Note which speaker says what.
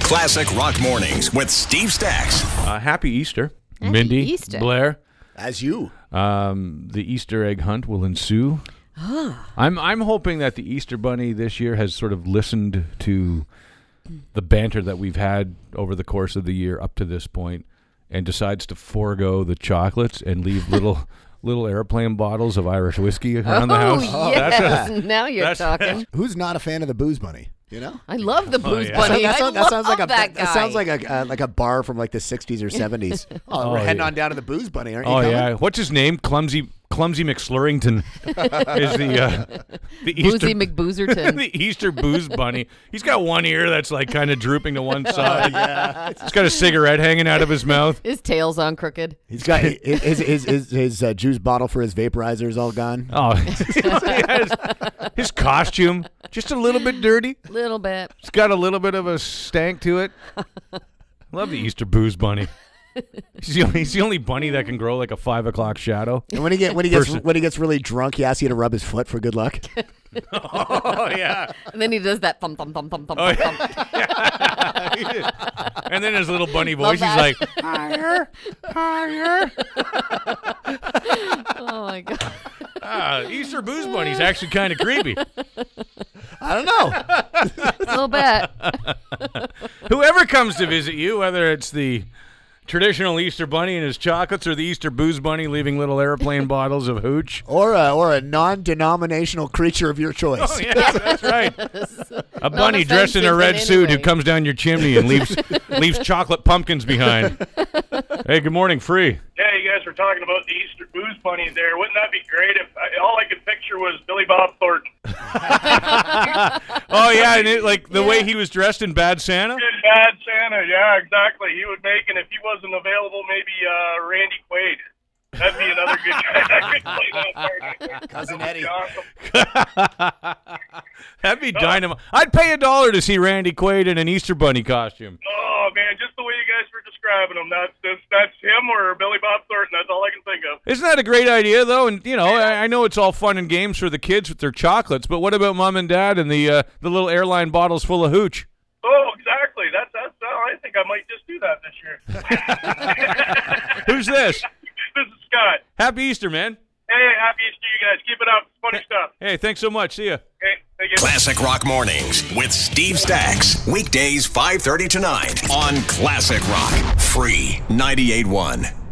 Speaker 1: Classic Rock Mornings with Steve Stacks.
Speaker 2: Uh, happy Easter,
Speaker 3: Happy
Speaker 2: Mindy,
Speaker 3: Easter.
Speaker 2: Blair.
Speaker 4: As you.
Speaker 2: Um, the Easter egg hunt will ensue.
Speaker 3: Ah.
Speaker 2: I'm I'm hoping that the Easter Bunny this year has sort of listened to the banter that we've had over the course of the year up to this point, and decides to forego the chocolates and leave little little airplane bottles of Irish whiskey around the house.
Speaker 3: Oh, yes. now you're
Speaker 2: that's-
Speaker 3: talking.
Speaker 4: Who's not a fan of the booze bunny? You know.
Speaker 3: I love the booze
Speaker 2: yeah.
Speaker 3: bunny. I love
Speaker 4: like a
Speaker 3: that guy.
Speaker 4: that sounds like a uh, like a bar from like the '60s or '70s. Oh, we're
Speaker 2: Oh,
Speaker 4: heading
Speaker 2: yeah.
Speaker 4: on down to the booze bunny, aren't you?
Speaker 2: Oh
Speaker 4: coming?
Speaker 2: yeah, what's his name? Clumsy Clumsy McSlurrington is the uh, the Easter
Speaker 3: Boozy McBoozerton.
Speaker 2: the Easter booze bunny. He's got one ear that's like kind of drooping to one side. He's got a cigarette hanging out of his mouth.
Speaker 3: His tail's on crooked.
Speaker 4: He's got his his his, his, his uh, juice bottle for his vaporizer is all gone.
Speaker 2: Oh, Yes. his costume just a little bit dirty.
Speaker 3: Little bit.
Speaker 2: It's got a little bit of a stank to it. Love the Easter booze bunny. He's the only, he's the only bunny that can grow like a five o'clock shadow.
Speaker 4: And when he get when he gets
Speaker 2: Person.
Speaker 4: when he gets really drunk, he asks you to rub his foot for good luck.
Speaker 2: Oh yeah,
Speaker 3: And then he does that thump, thump, thump, thump, thump,
Speaker 2: Oh,
Speaker 3: thump.
Speaker 2: and then his little bunny voice. He's like
Speaker 3: that.
Speaker 2: higher, higher.
Speaker 3: Oh, my God.
Speaker 2: Ah, Easter booze bunny's actually kind of creepy.
Speaker 4: I don't know.
Speaker 3: A little bit.
Speaker 2: Whoever comes to visit you, whether it's the traditional Easter bunny and his chocolates or the Easter booze bunny leaving little airplane bottles of hooch.
Speaker 4: Or a, or a non-denominational creature of your choice.
Speaker 2: Oh, yes, that's right. A bunny dressed in a
Speaker 3: offensive
Speaker 2: red
Speaker 3: in any
Speaker 2: suit who
Speaker 3: way.
Speaker 2: comes down your chimney and leaves leaves chocolate pumpkins behind. Hey, good morning, free.
Speaker 5: Yeah, you guys were talking about the Easter booze bunny there. Wouldn't that be great if I, all I could picture was Billy Bob Thornton?
Speaker 2: Oh yeah, and it, like the way he was dressed in Bad Santa.
Speaker 5: Good bad Santa. Yeah, exactly. He would make, and if he wasn't available, maybe uh, Randy Quaid. That'd be another good guy. I could play that part.
Speaker 4: Cousin Eddie.
Speaker 5: Awesome.
Speaker 2: That'd be dynamite. I'd pay a dollar to see Randy Quaid in an Easter bunny costume.
Speaker 5: Oh man, just the way you guys were describing him. That's that's, that's him or Billy Bob Thornton. That's all I can think of.
Speaker 2: Isn't that a great idea, though? And you know, I, I know it's all fun and games for the kids with their chocolates, but what about mom and dad and the uh, the little airline bottles full of hooch?
Speaker 5: Oh, exactly. That's that's. Uh, I think I might just do that this year.
Speaker 2: Who's this?
Speaker 5: this is Scott.
Speaker 2: Happy Easter, man!
Speaker 5: Hey, happy Easter, you guys. Keep it up. Funny stuff.
Speaker 2: Hey, thanks so much. See ya.
Speaker 5: Okay, thank you.
Speaker 1: Classic Rock Mornings with Steve Stacks. Weekdays 5:30 to 9 on Classic Rock. Free 981.